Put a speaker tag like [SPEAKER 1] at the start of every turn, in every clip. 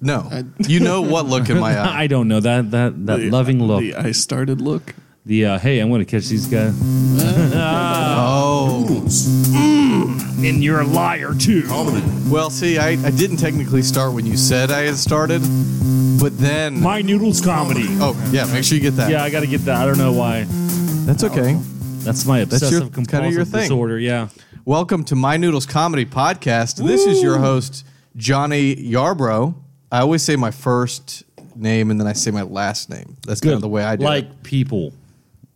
[SPEAKER 1] No, you know what look in my eye.
[SPEAKER 2] I don't know that that that loving look.
[SPEAKER 3] The I started look.
[SPEAKER 2] The uh, hey, I'm going to catch these guys.
[SPEAKER 1] Oh,
[SPEAKER 2] And you're a liar too.
[SPEAKER 1] well. See, I, I didn't technically start when you said I had started, but then.
[SPEAKER 2] My noodles comedy.
[SPEAKER 1] oh yeah, make sure you get that.
[SPEAKER 2] Yeah, I got to get that. I don't know why.
[SPEAKER 1] that's okay.
[SPEAKER 2] That's my obsessive
[SPEAKER 1] your-
[SPEAKER 2] compulsive
[SPEAKER 1] kinda your thing.
[SPEAKER 2] disorder. Yeah.
[SPEAKER 1] Welcome to My Noodles Comedy Podcast. This is your host, Johnny Yarbrough. I always say my first name and then I say my last name. That's kind of the way I do
[SPEAKER 2] like
[SPEAKER 1] it.
[SPEAKER 2] people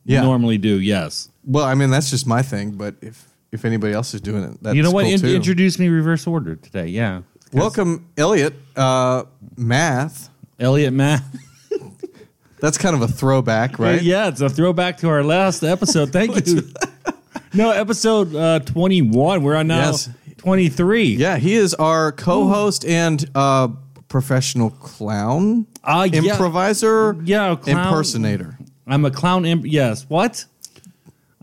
[SPEAKER 1] Yeah.
[SPEAKER 2] normally do. Yes.
[SPEAKER 1] Well, I mean, that's just my thing, but if if anybody else is doing it, that's
[SPEAKER 2] you know what?
[SPEAKER 1] cool
[SPEAKER 2] In-
[SPEAKER 1] too.
[SPEAKER 2] introduce me reverse order today. Yeah.
[SPEAKER 1] Welcome, Elliot. Uh, math.
[SPEAKER 2] Elliot Matt.
[SPEAKER 1] That's kind of a throwback, right?
[SPEAKER 2] yeah, it's a throwback to our last episode. Thank you. no, episode uh, 21. We're on now
[SPEAKER 1] Yes.
[SPEAKER 2] 23.
[SPEAKER 1] Yeah, he is our co-host and uh, professional clown,
[SPEAKER 2] Uh, yeah.
[SPEAKER 1] improviser,
[SPEAKER 2] Yeah, clown-
[SPEAKER 1] impersonator.
[SPEAKER 2] I'm a clown. Imp- yes. What?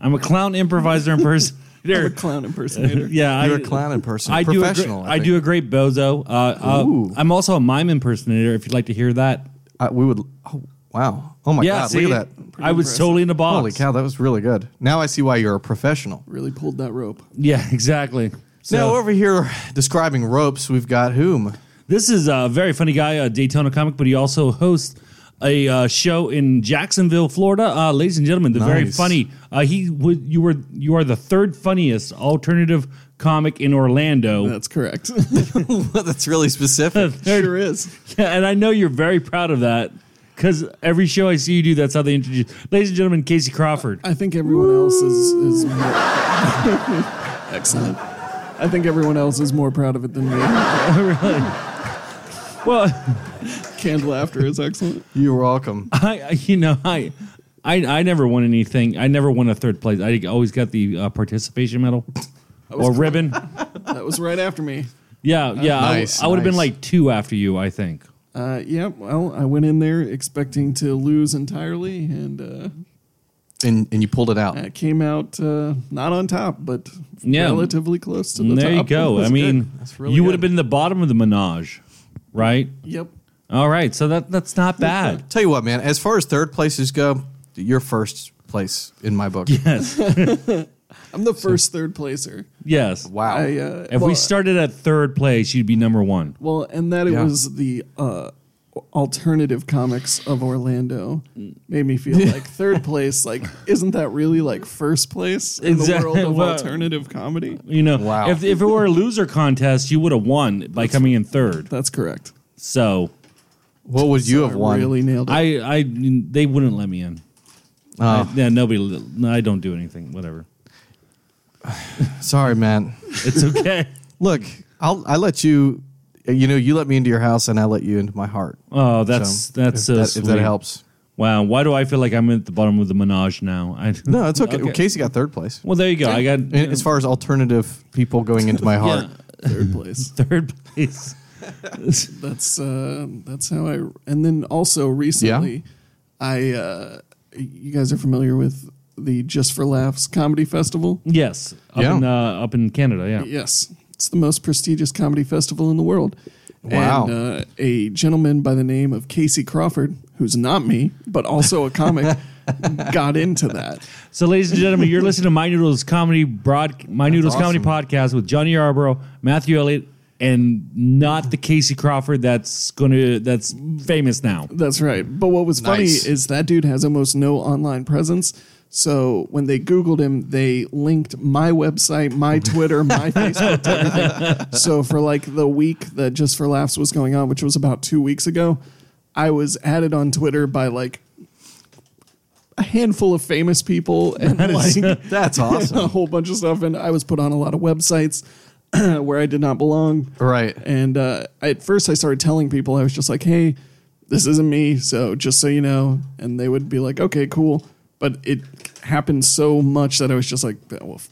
[SPEAKER 2] I'm a clown improviser and person.
[SPEAKER 3] I'm a clown impersonator.
[SPEAKER 2] yeah,
[SPEAKER 1] You're
[SPEAKER 2] I,
[SPEAKER 1] a clown impersonator.
[SPEAKER 2] I do a great,
[SPEAKER 1] professional.
[SPEAKER 2] I, do a great bozo. Uh, uh,
[SPEAKER 1] Ooh.
[SPEAKER 2] I'm also a mime impersonator. If you'd like to hear that,
[SPEAKER 1] I, we would. Oh wow! Oh my
[SPEAKER 2] yeah,
[SPEAKER 1] god!
[SPEAKER 2] see,
[SPEAKER 1] Look at that.
[SPEAKER 2] I was totally in the box.
[SPEAKER 1] Holy cow! That was really good. Now I see why you're a professional.
[SPEAKER 3] Really pulled that rope.
[SPEAKER 2] Yeah, exactly. So
[SPEAKER 1] now over here describing ropes, we've got whom?
[SPEAKER 2] this is a very funny guy, a Daytona comic, but he also hosts a uh, show in Jacksonville, Florida. Uh, ladies and gentlemen, the very
[SPEAKER 1] Nice.
[SPEAKER 2] funny. Uh, he would you were you are the third funniest alternative comic in Orlando.
[SPEAKER 3] That's correct.
[SPEAKER 1] That's really specific.
[SPEAKER 2] Third-
[SPEAKER 3] sure is.
[SPEAKER 2] Yeah, and I know you're very proud of that because every show I see you do, that's how they introduce. Ladies and gentlemen, Casey Crawford.
[SPEAKER 3] I think everyone else is is more... excellent. I think everyone else is more proud of it than me.
[SPEAKER 2] Well,
[SPEAKER 3] Canned laughter is excellent.
[SPEAKER 1] You're welcome.
[SPEAKER 2] I I- you know I. I, I never won anything. I never won a third place. I always got the uh, participation medal or ribbon.
[SPEAKER 3] That was right after me.
[SPEAKER 2] Yeah, yeah. I w-
[SPEAKER 1] Nice,
[SPEAKER 2] I, would have been
[SPEAKER 1] nice.
[SPEAKER 2] like two after you, I think.
[SPEAKER 3] Uh, yeah, well, I went in there expecting to lose entirely, and uh,
[SPEAKER 1] And and you pulled it out.
[SPEAKER 3] I came out uh, not on top, but
[SPEAKER 2] Yeah.
[SPEAKER 3] relatively close to the
[SPEAKER 2] there you
[SPEAKER 3] top.
[SPEAKER 2] go.
[SPEAKER 3] That's
[SPEAKER 2] I
[SPEAKER 3] good.
[SPEAKER 2] mean,
[SPEAKER 1] That's really
[SPEAKER 2] you would have
[SPEAKER 1] good.
[SPEAKER 2] been the bottom of the menage, right?
[SPEAKER 3] yep.
[SPEAKER 2] All right, so that that's not bad.
[SPEAKER 1] Tell you what, man. As far as third places go, you're first place in my book.
[SPEAKER 2] yes,
[SPEAKER 3] I'm the first third placer.
[SPEAKER 2] yes.
[SPEAKER 1] Wow.
[SPEAKER 3] I, uh,
[SPEAKER 2] If we
[SPEAKER 3] well-
[SPEAKER 2] started at third place, you'd be number one.
[SPEAKER 3] Well, and that it
[SPEAKER 1] Yeah.
[SPEAKER 3] was the uh, alternative comics of Orlando made me feel like third place. Like, isn't that really like first place in
[SPEAKER 2] Exact-
[SPEAKER 3] the world of
[SPEAKER 2] well-
[SPEAKER 3] alternative comedy?
[SPEAKER 2] You know,
[SPEAKER 1] Wow.
[SPEAKER 2] if if it were a loser contest, you would have won by coming in third.
[SPEAKER 3] That's correct.
[SPEAKER 2] So
[SPEAKER 1] what would you have won?
[SPEAKER 3] Really nailed it.
[SPEAKER 2] I I they wouldn't let me in.
[SPEAKER 1] Oh.
[SPEAKER 2] I- yeah, nobody. li- No, I don't do anything. Whatever.
[SPEAKER 1] Sorry, man.
[SPEAKER 2] It's okay.
[SPEAKER 1] Look, I'll I let you. You know, you let me into your house, and I let you into my heart.
[SPEAKER 2] oh, that's
[SPEAKER 1] So,
[SPEAKER 2] that's
[SPEAKER 1] if
[SPEAKER 2] so
[SPEAKER 1] that,
[SPEAKER 2] sweet.
[SPEAKER 1] If that helps.
[SPEAKER 2] Wow, why do I feel like I'm at the bottom of the menage now? I,
[SPEAKER 1] No, it's okay.
[SPEAKER 2] Okay.
[SPEAKER 1] Casey got third place.
[SPEAKER 2] Well, there you go. I got
[SPEAKER 1] And as far as alternative people going into my heart,
[SPEAKER 3] third place.
[SPEAKER 2] third place.
[SPEAKER 3] That's uh, that's how I. And then also recently, I uh, you guys are familiar with the Just for Laughs comedy festival.
[SPEAKER 2] Yes, up
[SPEAKER 1] Yeah.
[SPEAKER 2] in uh, up in Canada. Yeah.
[SPEAKER 3] Yes, it's the most prestigious comedy festival in the world.
[SPEAKER 1] Wow.
[SPEAKER 3] And uh, a gentleman by the name of Casey Crawford, who's not me, but also a comic, got into that.
[SPEAKER 2] So, ladies and gentlemen, you're listening to My Noodles Comedy Broad My Noodles Comedy Podcast with Johnny Yarborough, Matthew Elliott, and not the Casey Crawford that's going to that's famous now.
[SPEAKER 3] That's right. But what was funny
[SPEAKER 1] Nice.
[SPEAKER 3] is that dude has almost no online presence. So when they Googled him, they linked my website, my Twitter, my Facebook. To everything. So for like the week that Just for Laughs was going on, which was about two weeks ago, I was added on Twitter by like a handful of famous people and like
[SPEAKER 1] that's
[SPEAKER 3] a
[SPEAKER 1] awesome.
[SPEAKER 3] whole bunch of stuff. And I was put on a lot of websites where I did not belong.
[SPEAKER 1] right.
[SPEAKER 3] And uh, at first, I started telling people, I was just like, hey, this isn't me. So just so you know. And they would be like, okay, cool. But it happened so much that I was just like, "Oh, well, f-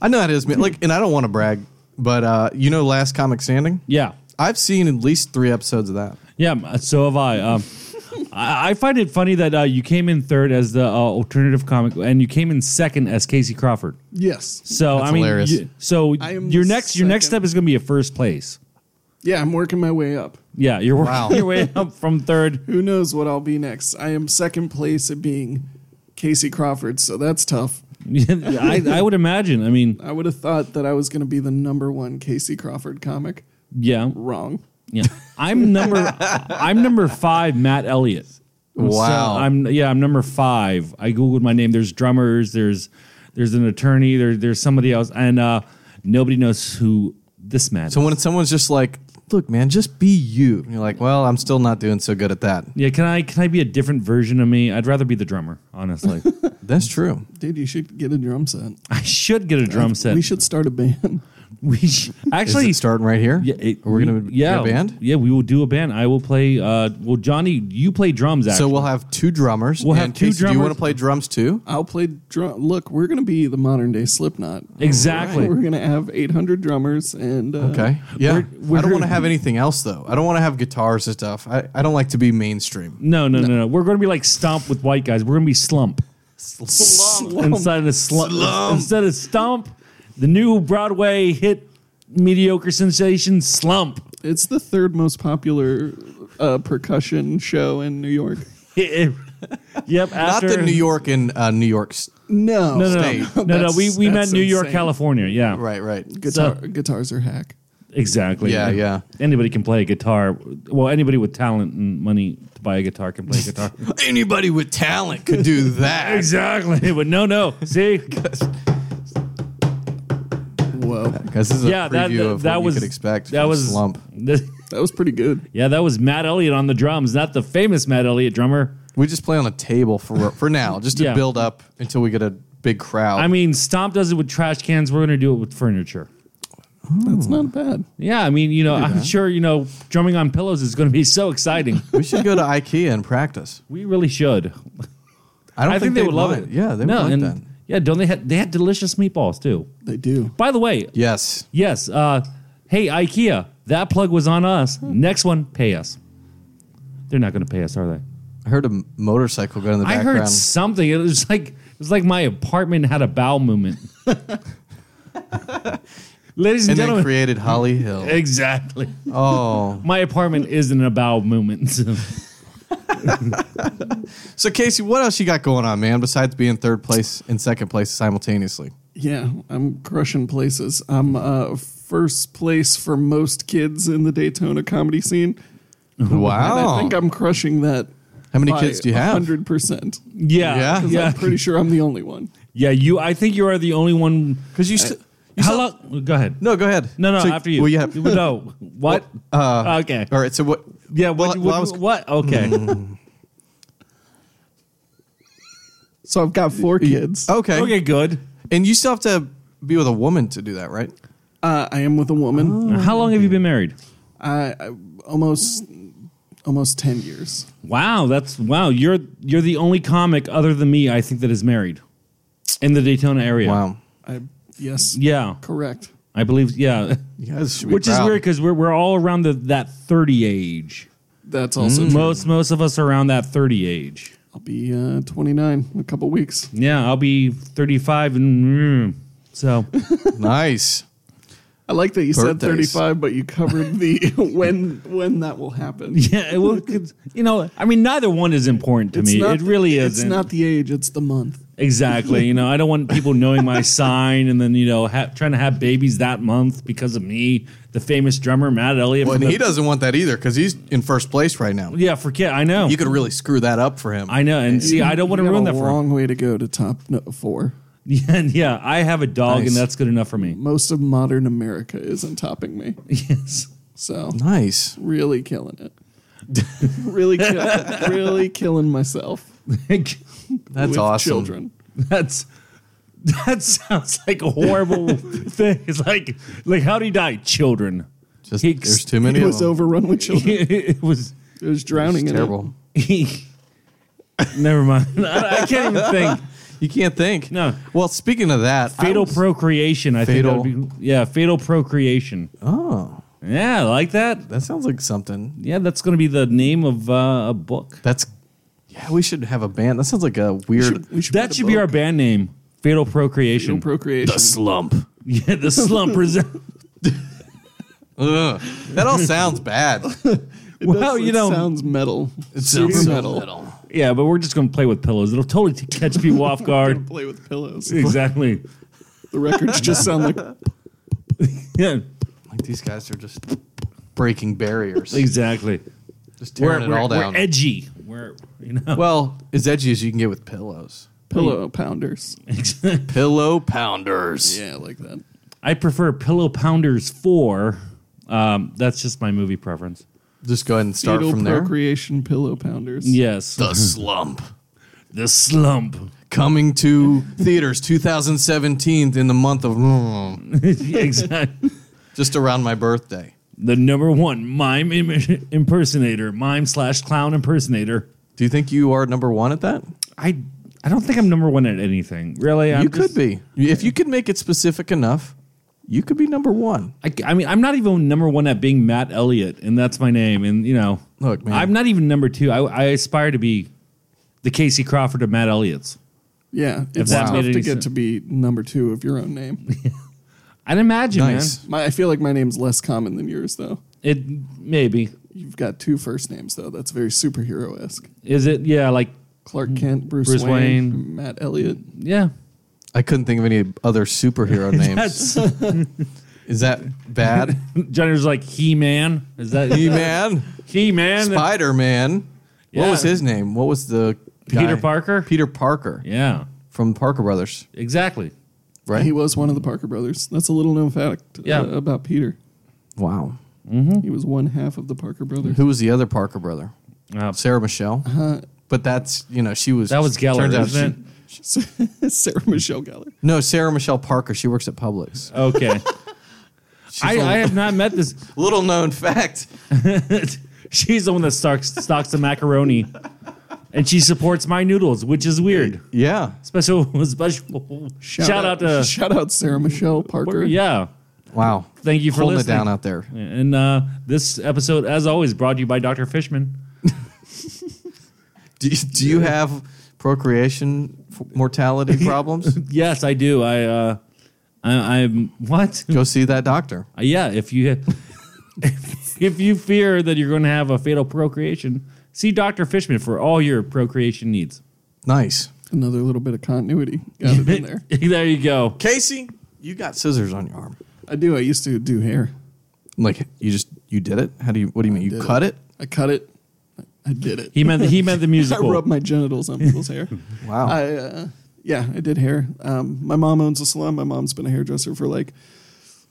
[SPEAKER 1] I know how it is, man. Like, and I don't want to brag, but uh, you know, last comic standing.
[SPEAKER 2] Yeah,
[SPEAKER 1] I've seen at least three episodes of that.
[SPEAKER 2] yeah. So have I. Um, I, I find it funny that uh, you came in third as the uh, alternative comic, and you came in second as Casey Crawford.
[SPEAKER 3] yes.
[SPEAKER 2] So
[SPEAKER 1] That's
[SPEAKER 2] I mean,
[SPEAKER 1] hilarious.
[SPEAKER 2] you- so
[SPEAKER 3] I am
[SPEAKER 2] your
[SPEAKER 3] the
[SPEAKER 2] next your next
[SPEAKER 3] second.
[SPEAKER 2] step is going to be a first place.
[SPEAKER 3] Yeah, I'm working my way up.
[SPEAKER 2] Yeah, you're working
[SPEAKER 1] Wow.
[SPEAKER 2] your way up from third.
[SPEAKER 3] Who knows what I'll be next? I am second place at being Casey Crawford, so that's tough.
[SPEAKER 2] I, I would imagine. I mean,
[SPEAKER 3] I would have thought that I was going to be the number one Casey Crawford comic.
[SPEAKER 2] yeah,
[SPEAKER 3] Wrong.
[SPEAKER 2] yeah. I'm number I'm number five. Matt Elliott. So
[SPEAKER 1] Wow.
[SPEAKER 2] I'm yeah. I'm number five. I googled my name. There's drummers. There's there's an attorney. There there's somebody else, and uh, nobody knows who this man.
[SPEAKER 1] so
[SPEAKER 2] is.
[SPEAKER 1] when someone's just like, "Look, man, just be you," and you're like, "Well, I'm still not doing so good at that."
[SPEAKER 2] Yeah, can I can I be a different version of me? I'd rather be the drummer, honestly.
[SPEAKER 1] That's true.
[SPEAKER 3] Dude, you should get a drum set.
[SPEAKER 2] I should get a drum set.
[SPEAKER 3] We should start a band.
[SPEAKER 2] We sh- actually
[SPEAKER 1] Is it starting right here?
[SPEAKER 2] Yeah, it-
[SPEAKER 1] Are we gonna
[SPEAKER 2] we-
[SPEAKER 1] get a band?
[SPEAKER 2] Yeah, we will do a band. I will play. Uh, well, Johnny, you play drums. Actually,
[SPEAKER 1] So we'll have two drummers.
[SPEAKER 2] We'll have
[SPEAKER 1] and
[SPEAKER 2] two
[SPEAKER 1] Casey, Do you
[SPEAKER 2] drummers.
[SPEAKER 1] want to play drums too?
[SPEAKER 3] I'll play drum. Look, we're going to be the modern day Slipknot.
[SPEAKER 2] exactly.
[SPEAKER 3] We're going to have 800 drummers and uh,
[SPEAKER 1] Okay. Yeah.
[SPEAKER 2] We're- we're
[SPEAKER 1] I don't want to
[SPEAKER 2] gonna-
[SPEAKER 1] have anything else though. I don't want to have guitars and stuff. I, I don't like to be mainstream.
[SPEAKER 2] No, no, no, no. We're going to be like stomp with white guys. We're going to be slump instead of slump. Instead of stomp, the new Broadway hit, mediocre sensation slump.
[SPEAKER 3] It's the third most popular uh, percussion show in New York.
[SPEAKER 2] It- it- yep.
[SPEAKER 1] Not
[SPEAKER 2] After
[SPEAKER 1] the New York and uh, New York's.
[SPEAKER 3] No,
[SPEAKER 2] No, no,
[SPEAKER 1] State.
[SPEAKER 2] no, no, no.
[SPEAKER 3] That's-
[SPEAKER 2] We we meant
[SPEAKER 3] that's
[SPEAKER 2] New York,
[SPEAKER 3] insane.
[SPEAKER 2] California. Yeah.
[SPEAKER 1] Right. Right.
[SPEAKER 3] Guitar, guitars are hack.
[SPEAKER 2] Exactly.
[SPEAKER 1] Yeah,
[SPEAKER 2] And
[SPEAKER 1] yeah.
[SPEAKER 2] Anybody can play a guitar. Well, anybody with talent and money to buy a guitar can play a guitar.
[SPEAKER 1] Anybody with talent could do that.
[SPEAKER 2] exactly. But no, no. See,
[SPEAKER 3] Whoa,
[SPEAKER 1] Because this is a
[SPEAKER 2] yeah,
[SPEAKER 1] preview
[SPEAKER 2] that
[SPEAKER 1] of
[SPEAKER 2] that, that
[SPEAKER 1] what
[SPEAKER 2] was
[SPEAKER 1] you could expect.
[SPEAKER 2] That
[SPEAKER 1] from
[SPEAKER 2] was
[SPEAKER 1] slump.
[SPEAKER 3] that was pretty good.
[SPEAKER 2] yeah, that was Matt Elliott on the drums, not the famous Matt Elliott drummer.
[SPEAKER 1] We just play on a table for for now, just to
[SPEAKER 2] Yeah.
[SPEAKER 1] build up until we get a big crowd.
[SPEAKER 2] I mean, Stomp does it with trash cans. We're gonna do it with furniture.
[SPEAKER 3] That's not bad.
[SPEAKER 2] Yeah, I mean, you know, I'm sure you know, drumming on pillows is gonna be so exciting.
[SPEAKER 1] we should go to IKEA and practice.
[SPEAKER 2] we really should.
[SPEAKER 1] I don't
[SPEAKER 2] I think they
[SPEAKER 1] they'd
[SPEAKER 2] would love
[SPEAKER 1] mind.
[SPEAKER 2] it.
[SPEAKER 1] Yeah, they
[SPEAKER 2] no,
[SPEAKER 1] would like
[SPEAKER 2] and
[SPEAKER 1] that.
[SPEAKER 2] yeah, don't they had they had delicious meatballs too?
[SPEAKER 3] They do.
[SPEAKER 2] By the way,
[SPEAKER 1] Yes.
[SPEAKER 2] Yes. Uh, hey, IKEA, that plug was on us. Next one, pay us. They're not going to pay us, are they?
[SPEAKER 1] I heard a m- motorcycle go in the
[SPEAKER 2] I
[SPEAKER 1] background.
[SPEAKER 2] heard something. It was like it was like my apartment had a bowel movement. Ladies and,
[SPEAKER 1] and then
[SPEAKER 2] gentlemen,
[SPEAKER 1] created Holly Hill.
[SPEAKER 2] exactly.
[SPEAKER 1] Oh.
[SPEAKER 2] My apartment isn't a bowel movement.
[SPEAKER 1] So Casey, what else you got going on, man? Besides being third place and second place simultaneously,
[SPEAKER 3] Yeah, I'm crushing places. I'm uh, first place for most kids in the Daytona comedy scene.
[SPEAKER 2] Mm-hmm.
[SPEAKER 3] And I
[SPEAKER 1] wow!
[SPEAKER 3] think I'm crushing that.
[SPEAKER 1] Oh. How many kids do you have?
[SPEAKER 3] Hundred percent.
[SPEAKER 2] yeah,
[SPEAKER 1] Yeah?
[SPEAKER 2] yeah,
[SPEAKER 3] I'm pretty sure I'm the only one.
[SPEAKER 2] yeah. You, I think you are the only one.
[SPEAKER 1] Because you, st- you
[SPEAKER 2] How
[SPEAKER 1] said-
[SPEAKER 2] long? Go ahead.
[SPEAKER 1] No, go ahead.
[SPEAKER 2] no, no.
[SPEAKER 1] So-
[SPEAKER 2] after you.
[SPEAKER 1] Well, yeah.
[SPEAKER 2] No. What?
[SPEAKER 1] Uh,
[SPEAKER 2] okay.
[SPEAKER 1] All right. So what?
[SPEAKER 2] Yeah. What?
[SPEAKER 1] well,
[SPEAKER 2] what,
[SPEAKER 1] I was-
[SPEAKER 2] what? Okay.
[SPEAKER 3] So I've got four kids.
[SPEAKER 1] Okay.
[SPEAKER 2] okay. Good.
[SPEAKER 1] And you still have to be with a woman to do that, right?
[SPEAKER 3] Uh, I am with a woman.
[SPEAKER 2] How long have you been married?
[SPEAKER 3] I, I almost almost ten years.
[SPEAKER 2] Wow, that's wow. You're you're the only comic other than me I think that is married in the Daytona area.
[SPEAKER 1] Wow.
[SPEAKER 3] I yes.
[SPEAKER 2] Yeah,
[SPEAKER 3] Correct.
[SPEAKER 2] I believe. Yeah,
[SPEAKER 1] You guys should be
[SPEAKER 2] which is
[SPEAKER 1] proud.
[SPEAKER 2] weird because we're we're all around the that thirty age. Mm.
[SPEAKER 3] That's also true.
[SPEAKER 2] Most most of us are around that thirty age.
[SPEAKER 3] I'll be uh, 29 in a couple weeks.
[SPEAKER 2] Yeah, I'll be thirty five and mm, so
[SPEAKER 1] Nice.
[SPEAKER 3] I like that you said
[SPEAKER 1] Birthdays.
[SPEAKER 3] 35, but you covered the when when that will happen.
[SPEAKER 2] yeah. Well, 'cause, you know, I mean, neither one is important to
[SPEAKER 3] It's
[SPEAKER 2] me.
[SPEAKER 3] not-
[SPEAKER 2] it really
[SPEAKER 3] It's
[SPEAKER 2] isn't.
[SPEAKER 3] not the age; it's the month.
[SPEAKER 2] Exactly. You know, I don't want people knowing my sign and then, you know, ha- trying to have babies that month because of me, the famous drummer Matt Elliott.
[SPEAKER 1] Well,
[SPEAKER 2] from
[SPEAKER 1] and
[SPEAKER 2] the-
[SPEAKER 1] he doesn't want that either because he's in first place right now.
[SPEAKER 2] yeah, forget. I know.
[SPEAKER 1] You could really screw that up for him.
[SPEAKER 2] I know. And see, I don't want to
[SPEAKER 3] You got
[SPEAKER 2] ruin
[SPEAKER 3] a
[SPEAKER 2] that for him.
[SPEAKER 3] long way to go to top no, four.
[SPEAKER 2] Yeah, and yeah, I have a dog
[SPEAKER 1] Nice.
[SPEAKER 2] and that's good enough for me.
[SPEAKER 3] Most of modern America isn't topping me,
[SPEAKER 2] Yes.
[SPEAKER 3] so
[SPEAKER 1] Nice.
[SPEAKER 3] really killing it. really, kill, really killing myself.
[SPEAKER 1] That's
[SPEAKER 3] with
[SPEAKER 1] awesome.
[SPEAKER 3] Children.
[SPEAKER 2] that's that sounds like a horrible thing. It's like like how did he die? Children.
[SPEAKER 1] Just
[SPEAKER 2] He-
[SPEAKER 1] there's too many.
[SPEAKER 3] It
[SPEAKER 1] of
[SPEAKER 3] was
[SPEAKER 1] them.
[SPEAKER 3] overrun with children.
[SPEAKER 2] it was
[SPEAKER 3] It was
[SPEAKER 1] It's
[SPEAKER 3] drowning in
[SPEAKER 1] terrible.
[SPEAKER 2] he Never mind. I, I can't even think.
[SPEAKER 1] You can't think.
[SPEAKER 2] No.
[SPEAKER 1] Well, speaking of that, I
[SPEAKER 2] Fatal
[SPEAKER 1] was-
[SPEAKER 2] procreation. I
[SPEAKER 1] Fatal-
[SPEAKER 2] think that would be yeah. Fatal procreation.
[SPEAKER 1] oh,
[SPEAKER 2] Yeah, I like that.
[SPEAKER 1] that sounds like something.
[SPEAKER 2] Yeah, that's going to be the name of uh, a book.
[SPEAKER 1] That's yeah. We should have a band. That sounds like a
[SPEAKER 3] it.
[SPEAKER 1] weird.
[SPEAKER 3] we should
[SPEAKER 2] That
[SPEAKER 3] put a
[SPEAKER 2] should be
[SPEAKER 3] bow-
[SPEAKER 2] our band name. Fatal
[SPEAKER 3] fetal
[SPEAKER 2] procreation.
[SPEAKER 3] procreation.
[SPEAKER 1] slump.
[SPEAKER 2] yeah, the slump present.
[SPEAKER 1] Ugh, that all sounds bad.
[SPEAKER 3] It
[SPEAKER 2] Well, you
[SPEAKER 3] it
[SPEAKER 2] know-
[SPEAKER 3] sounds metal. It's super metal.
[SPEAKER 2] Yeah, but we're just going to play with pillows. It'll totally t- catch people off guard.
[SPEAKER 3] Play with pillows.
[SPEAKER 2] exactly.
[SPEAKER 3] The records just sound like
[SPEAKER 2] Yeah,
[SPEAKER 1] Like these guys are just breaking barriers,
[SPEAKER 2] exactly.
[SPEAKER 1] just tearing it
[SPEAKER 2] we're,
[SPEAKER 1] all down.
[SPEAKER 2] we're edgy. We're you know
[SPEAKER 1] well, as edgy as you can get with pillows.
[SPEAKER 3] pillow pounders.
[SPEAKER 1] Pillow pounders.
[SPEAKER 3] Yeah, like that.
[SPEAKER 2] I prefer Pillow Pounders Four. Um, that's just my movie preference.
[SPEAKER 1] Just go ahead and start
[SPEAKER 3] Fetal
[SPEAKER 1] from there.
[SPEAKER 3] procreation pillow pounders.
[SPEAKER 2] Yes,
[SPEAKER 1] The slump.
[SPEAKER 2] the slump.
[SPEAKER 1] Coming to theaters 2017 in the month of mm,
[SPEAKER 2] exactly.
[SPEAKER 1] just around my birthday.
[SPEAKER 2] The number one mime Im- impersonator, mime slash clown impersonator.
[SPEAKER 1] Do you think you are number one at that?
[SPEAKER 2] I I don't think I'm number one at anything. Really, I'm
[SPEAKER 1] you
[SPEAKER 2] just-
[SPEAKER 1] could be. If you could make it specific enough, you could be number one.
[SPEAKER 2] I, I mean, I'm not even number one at being Matt Elliott, and that's my name. And you know,
[SPEAKER 1] Look, man.
[SPEAKER 2] I'm not even number two. I, I aspire to be the Casey Crawford of Matt Elliott's.
[SPEAKER 3] Yeah, it's
[SPEAKER 2] that
[SPEAKER 3] tough
[SPEAKER 2] made any
[SPEAKER 3] to get
[SPEAKER 2] sense.
[SPEAKER 3] to be number two of your own name.
[SPEAKER 2] I'd imagine,
[SPEAKER 1] Nice.
[SPEAKER 3] My, I feel like my name's less common than yours, though.
[SPEAKER 2] man. It maybe
[SPEAKER 3] You've got two first names, though. That's very superhero esque.
[SPEAKER 2] is it. Yeah, like
[SPEAKER 3] Clark Kent, Bruce,
[SPEAKER 2] Bruce
[SPEAKER 3] Wayne, Matt Elliott.
[SPEAKER 2] yeah.
[SPEAKER 1] I couldn't think of any other superhero names.
[SPEAKER 2] That's
[SPEAKER 1] Is that bad?
[SPEAKER 2] Johnny was like He Man. Is that
[SPEAKER 1] He Man,
[SPEAKER 2] He Man?
[SPEAKER 1] Spider Man. What
[SPEAKER 2] Yeah.
[SPEAKER 1] was his name? What was the
[SPEAKER 2] Peter
[SPEAKER 1] guy?
[SPEAKER 2] Parker?
[SPEAKER 1] Peter Parker
[SPEAKER 2] yeah,
[SPEAKER 1] from Parker Brothers,
[SPEAKER 2] exactly.
[SPEAKER 1] right?
[SPEAKER 3] He was one of the Parker brothers. That's a little known fact uh,
[SPEAKER 2] Yeah. Mm-hmm.
[SPEAKER 3] about Peter.
[SPEAKER 1] wow.
[SPEAKER 3] He was one half of the Parker brothers.
[SPEAKER 1] Who was the other Parker brother?
[SPEAKER 2] Uh,
[SPEAKER 1] Sarah Michelle. But that's you know she Uh-huh. was
[SPEAKER 2] that was Geller,
[SPEAKER 1] turns out
[SPEAKER 2] isn't
[SPEAKER 1] she-
[SPEAKER 2] it? Mm-hmm.
[SPEAKER 3] Sarah Michelle Gellar.
[SPEAKER 1] No, Sarah Michelle Parker. She works at Publix.
[SPEAKER 2] Okay. I,
[SPEAKER 1] a-
[SPEAKER 2] I have not met this.
[SPEAKER 1] Little known fact.
[SPEAKER 2] She's the one that stocks, stocks the macaroni, and she supports my noodles, which is weird.
[SPEAKER 1] Yeah,
[SPEAKER 2] Special, special shout, out, to
[SPEAKER 3] shout out Sarah Michelle Parker.
[SPEAKER 2] yeah.
[SPEAKER 1] wow.
[SPEAKER 2] Thank you for
[SPEAKER 1] Holding
[SPEAKER 2] listening.
[SPEAKER 1] it down out there.
[SPEAKER 2] And uh, this episode, as always, brought to you by Dr. Fishman.
[SPEAKER 1] Do, you- do you have procreation f- mortality problems?
[SPEAKER 2] Yes, I do. I, uh, I I'm what? Uh,
[SPEAKER 1] Go see that doctor.
[SPEAKER 2] yeah, if you if you fear that you're going to have a fatal procreation, see Dr. Fishman for all your procreation needs.
[SPEAKER 1] Nice.
[SPEAKER 3] Another little bit of continuity. Got it in there.
[SPEAKER 2] there you go.
[SPEAKER 1] Casey, you got scissors on your arm.
[SPEAKER 3] I do. I used to do hair.
[SPEAKER 1] Like you just you did it. How do you? What do you mean? You cut it?
[SPEAKER 3] I cut it. I did it.
[SPEAKER 2] He meant the, he meant the
[SPEAKER 3] I
[SPEAKER 2] musical.
[SPEAKER 3] rubbed my genitals on people's hair.
[SPEAKER 1] Wow.
[SPEAKER 3] I, uh, yeah, I did hair. Um, my mom owns a salon. My mom's been a hairdresser for like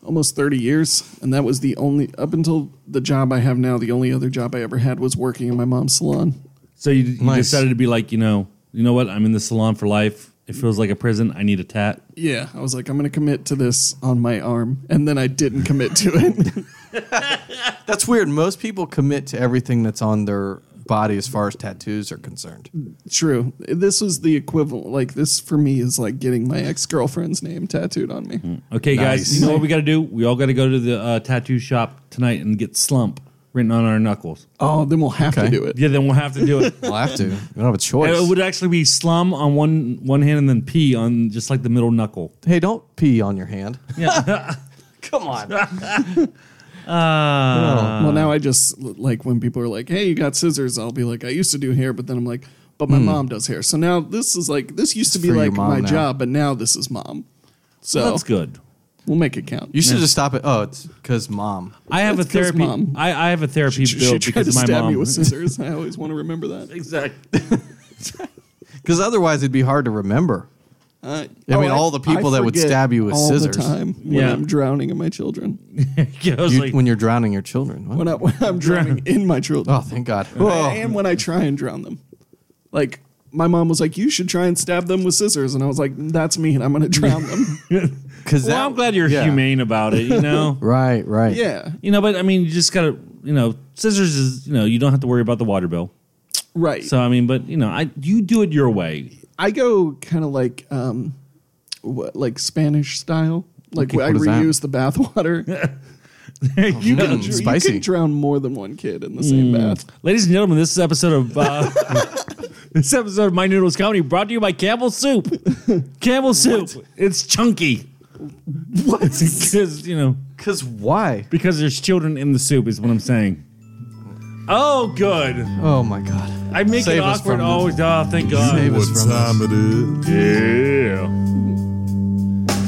[SPEAKER 3] almost 30 years. And that was the only, up until the job I have now, the only other job I ever had was working in my mom's salon.
[SPEAKER 2] so you, you
[SPEAKER 1] Nice.
[SPEAKER 2] decided to be like, you know, you know what? I'm in the salon for life. It feels like a prison. I need a tat.
[SPEAKER 3] Yeah, I was like, I'm going to commit to this on my arm. And then I didn't commit to it.
[SPEAKER 1] That's weird. Most people commit to everything that's on their body as far as tattoos are concerned.
[SPEAKER 3] True. This was the equivalent. Like, this for me is like getting my ex girlfriend's name tattooed on me.
[SPEAKER 2] Okay, guys,
[SPEAKER 1] Nice.
[SPEAKER 2] you know what we got to do? We all got to go to the uh, tattoo shop tonight and get slump written on our knuckles.
[SPEAKER 3] Oh, then we'll have
[SPEAKER 1] Okay.
[SPEAKER 3] to do it.
[SPEAKER 2] Yeah, then we'll have to do it.
[SPEAKER 1] I'll have to. You don't have a choice.
[SPEAKER 2] it would actually be slum on one one hand and then pee on just like the middle knuckle.
[SPEAKER 1] hey, don't pee on your hand. Come on. Oh.
[SPEAKER 3] well, now I just like when people are like, "Hey, you got scissors?" I'll be like, "I used to do hair," but then I'm like, "But my mom does hair." So now this is like this used to be
[SPEAKER 1] Hmm. for your
[SPEAKER 3] like
[SPEAKER 1] mom
[SPEAKER 3] my
[SPEAKER 1] now.
[SPEAKER 3] job, but now this is mom. So
[SPEAKER 2] That's good.
[SPEAKER 3] we'll make it count.
[SPEAKER 1] You should just stop it. Oh, it's because mom.
[SPEAKER 2] I have a
[SPEAKER 3] That's 'cause
[SPEAKER 2] therapy.
[SPEAKER 3] mom-
[SPEAKER 2] I, I have a therapy
[SPEAKER 3] she,
[SPEAKER 2] bill
[SPEAKER 3] she tried
[SPEAKER 2] because
[SPEAKER 3] to
[SPEAKER 2] of my
[SPEAKER 3] stab
[SPEAKER 2] mom.
[SPEAKER 3] me with scissors. I always want to remember that.
[SPEAKER 2] exactly.
[SPEAKER 1] Because otherwise, it'd be hard to remember.
[SPEAKER 3] Uh,
[SPEAKER 1] I mean, all the people that would
[SPEAKER 3] forget
[SPEAKER 1] stab you with
[SPEAKER 3] all
[SPEAKER 1] scissors.
[SPEAKER 3] the time when
[SPEAKER 2] Yeah.
[SPEAKER 3] I'm drowning in my children.
[SPEAKER 2] yeah, I was
[SPEAKER 1] You-
[SPEAKER 2] like,
[SPEAKER 1] when you're drowning your children. What?
[SPEAKER 3] When, I, when I'm drowning in my children,
[SPEAKER 1] oh, thank God.
[SPEAKER 3] and when I try and drown them, like. My mom was like, "You should try and stab them with scissors," and I was like, "That's mean. I'm going to drown them."
[SPEAKER 1] Because
[SPEAKER 2] well, I'm glad you're humane about it. You know,
[SPEAKER 1] Right, right.
[SPEAKER 3] yeah,
[SPEAKER 2] you know, but I mean, you just gotta, you know, scissors is, you know, you don't have to worry about the water bill.
[SPEAKER 3] right.
[SPEAKER 2] So I mean, but you know, I you do it your way.
[SPEAKER 3] I go kind of like um, what, like Spanish style. Like
[SPEAKER 1] Okay,
[SPEAKER 3] I
[SPEAKER 1] what is that?
[SPEAKER 3] reuse the bathwater.
[SPEAKER 2] you
[SPEAKER 1] Mm,
[SPEAKER 3] You
[SPEAKER 1] spicy. Mm.
[SPEAKER 3] can drown more than one kid in the same bath.
[SPEAKER 2] Ladies and gentlemen, this episode of uh, this episode of My Noodles Comedy brought to you by Campbell Soup. Campbell Soup, it's chunky. What? because you know,
[SPEAKER 1] Because why?
[SPEAKER 2] because there's children in the soup is what I'm saying. Oh, good.
[SPEAKER 1] Oh my god.
[SPEAKER 2] I make
[SPEAKER 1] Save
[SPEAKER 2] it
[SPEAKER 1] us
[SPEAKER 2] awkward.
[SPEAKER 1] from
[SPEAKER 2] Oh,
[SPEAKER 1] this.
[SPEAKER 2] oh, thank God.
[SPEAKER 1] Save us
[SPEAKER 4] what
[SPEAKER 1] from
[SPEAKER 4] time it is?
[SPEAKER 2] Yeah.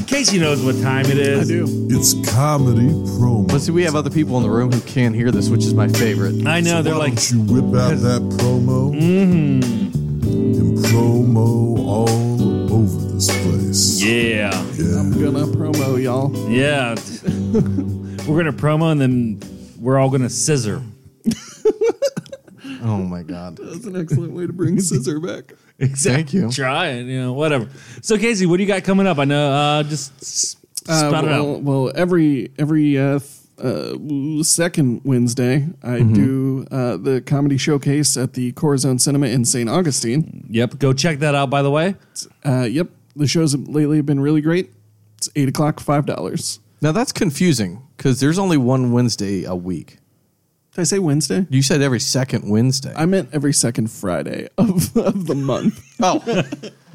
[SPEAKER 2] Casey knows what time it
[SPEAKER 3] I
[SPEAKER 2] is.
[SPEAKER 3] do.
[SPEAKER 4] It's comedy promo.
[SPEAKER 1] But see, we have other people in the room who can hear this, which is my favorite.
[SPEAKER 2] I know. They're
[SPEAKER 4] Why
[SPEAKER 2] like,
[SPEAKER 4] don't you whip out that promo? And promo all over this place.
[SPEAKER 2] yeah,
[SPEAKER 4] Yeah.
[SPEAKER 3] I'm gonna promo y'all.
[SPEAKER 2] yeah. we're gonna promo and then we're all gonna scissor.
[SPEAKER 1] Oh my god.
[SPEAKER 3] That's an excellent way to bring Scissor back.
[SPEAKER 2] Exactly.
[SPEAKER 1] Thank you.
[SPEAKER 2] Try it, you know, whatever. So, Casey, what do you got coming up? I know. Uh, just s-
[SPEAKER 3] Uh,
[SPEAKER 2] spout
[SPEAKER 3] well,
[SPEAKER 2] it out.
[SPEAKER 3] well, every every uh, th- uh, second Wednesday, I
[SPEAKER 1] Mm-hmm.
[SPEAKER 3] do uh, the comedy showcase at the Corazon Cinema in St. Augustine.
[SPEAKER 2] Yep. Go check that out. By the way.
[SPEAKER 3] Uh, yep, the shows lately have been really great. It's eight o'clock, five dollars.
[SPEAKER 1] Now that's confusing because there's only one Wednesday a week.
[SPEAKER 3] Did I say Wednesday?
[SPEAKER 1] You said every second Wednesday.
[SPEAKER 3] I meant every second Friday of, of the month.
[SPEAKER 1] oh,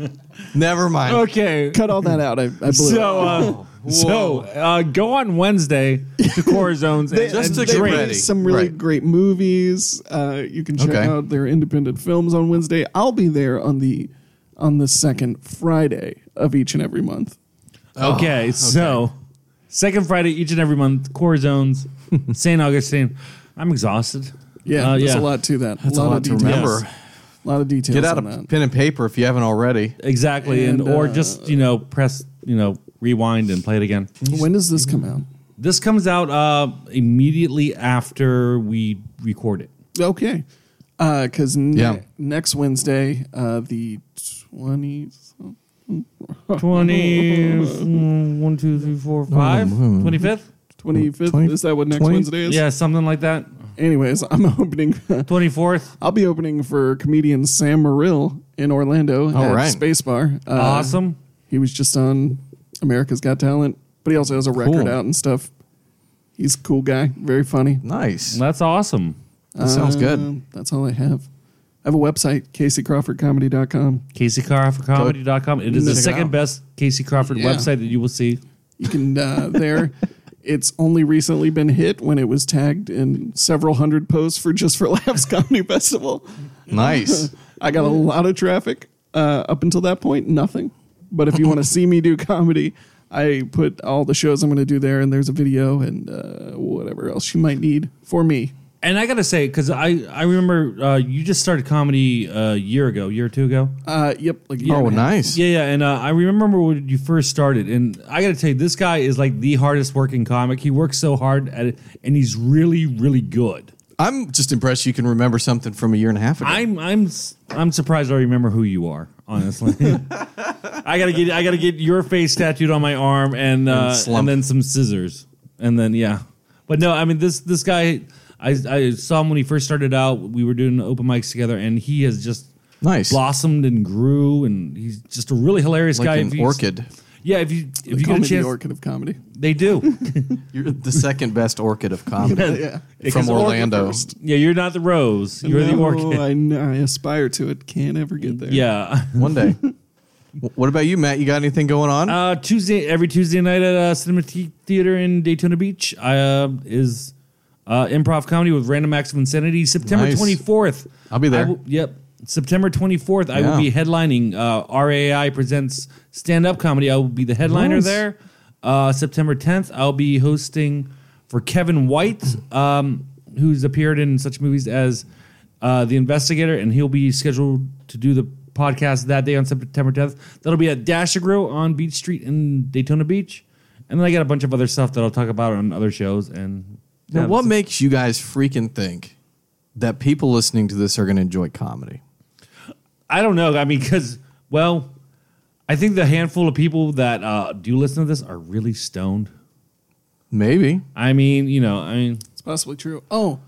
[SPEAKER 1] never mind.
[SPEAKER 2] Okay.
[SPEAKER 3] Cut all that out. I, I blew
[SPEAKER 2] So,
[SPEAKER 3] it.
[SPEAKER 2] uh, so uh, go on Wednesday to Core Zones and,
[SPEAKER 1] Just
[SPEAKER 2] and
[SPEAKER 1] to get
[SPEAKER 2] drink.
[SPEAKER 1] ready.
[SPEAKER 3] Some really
[SPEAKER 1] Right.
[SPEAKER 3] great movies. Uh, you can check
[SPEAKER 1] Okay.
[SPEAKER 3] out their independent films on Wednesday. I'll be there on the on the second Friday of each and every month.
[SPEAKER 2] Oh, Okay, so second Friday each and every month, Core Zones, St. Augustine. I'm exhausted.
[SPEAKER 3] Yeah,
[SPEAKER 2] Uh,
[SPEAKER 3] there's a lot to that.
[SPEAKER 1] That's a lot to
[SPEAKER 3] details.
[SPEAKER 1] remember.
[SPEAKER 2] Yes.
[SPEAKER 3] A lot of details.
[SPEAKER 1] Get out
[SPEAKER 3] on
[SPEAKER 1] a
[SPEAKER 3] that.
[SPEAKER 1] pen and paper if you haven't already.
[SPEAKER 2] Exactly, and,
[SPEAKER 3] And,
[SPEAKER 2] or
[SPEAKER 3] uh,
[SPEAKER 2] just you know press you know rewind and play it again.
[SPEAKER 3] When does this come out?
[SPEAKER 2] This comes out uh, immediately after we record it.
[SPEAKER 3] Okay, because
[SPEAKER 1] Yeah.
[SPEAKER 3] next Wednesday, uh, the twentieth.
[SPEAKER 2] 20, mm, one, two, three, four,
[SPEAKER 1] Hmm.
[SPEAKER 2] five, 25th?
[SPEAKER 3] 25th
[SPEAKER 1] Twenty-
[SPEAKER 3] is that what next
[SPEAKER 1] twenty?
[SPEAKER 3] Wednesday is?
[SPEAKER 2] Yeah, something like that.
[SPEAKER 3] Anyways, I'm opening
[SPEAKER 2] 24th.
[SPEAKER 3] I'll be opening for comedian Sam Morrill in Orlando
[SPEAKER 1] All
[SPEAKER 3] at
[SPEAKER 1] right.
[SPEAKER 3] Space Bar. Uh,
[SPEAKER 2] awesome.
[SPEAKER 3] He was just on America's Got Talent, but he also has a record
[SPEAKER 1] Cool.
[SPEAKER 3] out and stuff. He's a cool guy, very funny.
[SPEAKER 1] Nice. That
[SPEAKER 2] That's awesome.
[SPEAKER 1] sounds good.
[SPEAKER 3] Um, That's all I have. I have a website, CaseyCrawfordComedy.com.
[SPEAKER 2] Casey Crawford Comedy.com. It is the
[SPEAKER 1] Check it
[SPEAKER 2] second
[SPEAKER 1] out.
[SPEAKER 2] best Casey Crawford
[SPEAKER 3] Yeah.
[SPEAKER 2] website that you will see.
[SPEAKER 3] You can uh, there. It's only recently been hit when it was tagged in several hundred posts for Just for Laughs Comedy Festival.
[SPEAKER 1] Nice.
[SPEAKER 3] I got a lot of traffic. Uh, up until that point, nothing. But if you want to see me do comedy, I put all the shows I'm going to do there, and there's a video and uh, whatever else you might need for me.
[SPEAKER 2] And I gotta say, because I I remember uh, you just started comedy uh, a year ago, year or two ago.
[SPEAKER 3] Uh, yep. Like a year
[SPEAKER 1] oh,
[SPEAKER 3] and a half.
[SPEAKER 1] nice.
[SPEAKER 2] Yeah, yeah. And uh, I remember when you first started, and I gotta tell you, this guy is like the hardest working comic. He works so hard at it, and he's really, really good.
[SPEAKER 1] I'm just impressed you can remember something from a year and a half ago.
[SPEAKER 2] I'm I'm s- I'm surprised I remember who you are. Honestly, I gotta get I gotta get your face tattooed on my arm and uh, and,
[SPEAKER 1] slump.
[SPEAKER 2] then some scissors and then yeah. But no, I mean this this guy I I saw him when he first started out. We were doing open mics together, and he has just
[SPEAKER 1] nice.
[SPEAKER 2] blossomed and grew, and he's just a really hilarious
[SPEAKER 1] like
[SPEAKER 2] guy. If
[SPEAKER 1] an
[SPEAKER 2] you-
[SPEAKER 1] orchid.
[SPEAKER 2] Yeah, if you if you
[SPEAKER 3] Call
[SPEAKER 2] get a
[SPEAKER 3] me the
[SPEAKER 2] chance,
[SPEAKER 3] Orchid of Comedy.
[SPEAKER 2] they do.
[SPEAKER 1] You're the second best orchid of comedy
[SPEAKER 3] Yeah.
[SPEAKER 1] from Orlando.
[SPEAKER 2] yeah, you're not the rose, you're the
[SPEAKER 3] No,
[SPEAKER 2] orchid.
[SPEAKER 3] I, kn- I aspire to it. Can't ever get there.
[SPEAKER 2] yeah.
[SPEAKER 1] One day. W- what about you, Matt? You got anything going on?
[SPEAKER 2] Uh, Tuesday, every Tuesday night at uh, Cinema Th- Theater in Daytona Beach I, uh, is uh, improv comedy with Random Acts of Insanity. September
[SPEAKER 1] Nice.
[SPEAKER 2] 24th.
[SPEAKER 1] I'll be there.
[SPEAKER 2] I will- yep. September 24th, I will be
[SPEAKER 1] Yeah.
[SPEAKER 2] headlining uh, RAI Presents Stand Up Comedy. I will be the headliner
[SPEAKER 1] Nice.
[SPEAKER 2] there. Uh, September 10th, I'll be hosting for Kevin White, um, who's appeared in such movies as uh, The Investigator, and he'll be scheduled to do the podcast that day on September 10th. That'll be at Dasher Grill on Beach Street in Daytona Beach. And then I got a bunch of other stuff that I'll talk about on other shows. And
[SPEAKER 1] now,
[SPEAKER 2] Yeah,
[SPEAKER 1] what makes you guys freaking think that people listening to this are going to enjoy comedy?
[SPEAKER 2] I don't know. I mean, because well, I think the handful of people that uh, do listen to this are really stoned.
[SPEAKER 1] Maybe.
[SPEAKER 2] I mean, you know, I mean,
[SPEAKER 3] It's possibly true. Oh,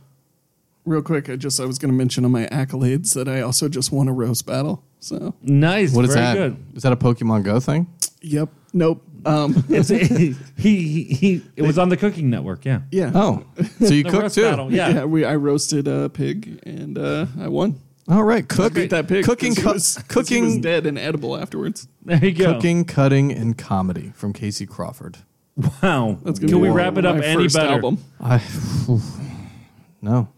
[SPEAKER 3] real quick, I just I was going to mention on my accolades that I also just won a roast battle. So,
[SPEAKER 2] nice.
[SPEAKER 1] What is
[SPEAKER 2] very
[SPEAKER 1] that? Is
[SPEAKER 2] Good.
[SPEAKER 1] that a Pokemon Go thing?
[SPEAKER 3] yep. Nope. Um,
[SPEAKER 2] It's he, he he. It was on the Cooking Network. Yeah.
[SPEAKER 3] yeah.
[SPEAKER 1] Oh, so you
[SPEAKER 2] The
[SPEAKER 1] cook
[SPEAKER 2] roast
[SPEAKER 1] too?
[SPEAKER 2] battle, Yeah.
[SPEAKER 3] yeah we I roasted a pig and uh, I won.
[SPEAKER 1] All right, cook
[SPEAKER 3] Beat that pig.
[SPEAKER 1] cooking,
[SPEAKER 3] 'cause he
[SPEAKER 1] cu-
[SPEAKER 3] was- 'cause he was
[SPEAKER 1] cooking,
[SPEAKER 3] dead and edible afterwards.
[SPEAKER 2] There you go.
[SPEAKER 1] cooking, cutting, and comedy from Casey Crawford.
[SPEAKER 2] Wow.
[SPEAKER 3] That's gonna
[SPEAKER 2] Can
[SPEAKER 3] be
[SPEAKER 2] we
[SPEAKER 3] one
[SPEAKER 2] wrap
[SPEAKER 3] of
[SPEAKER 2] it up
[SPEAKER 3] my
[SPEAKER 2] any
[SPEAKER 3] first
[SPEAKER 2] better?
[SPEAKER 3] album.
[SPEAKER 1] I no,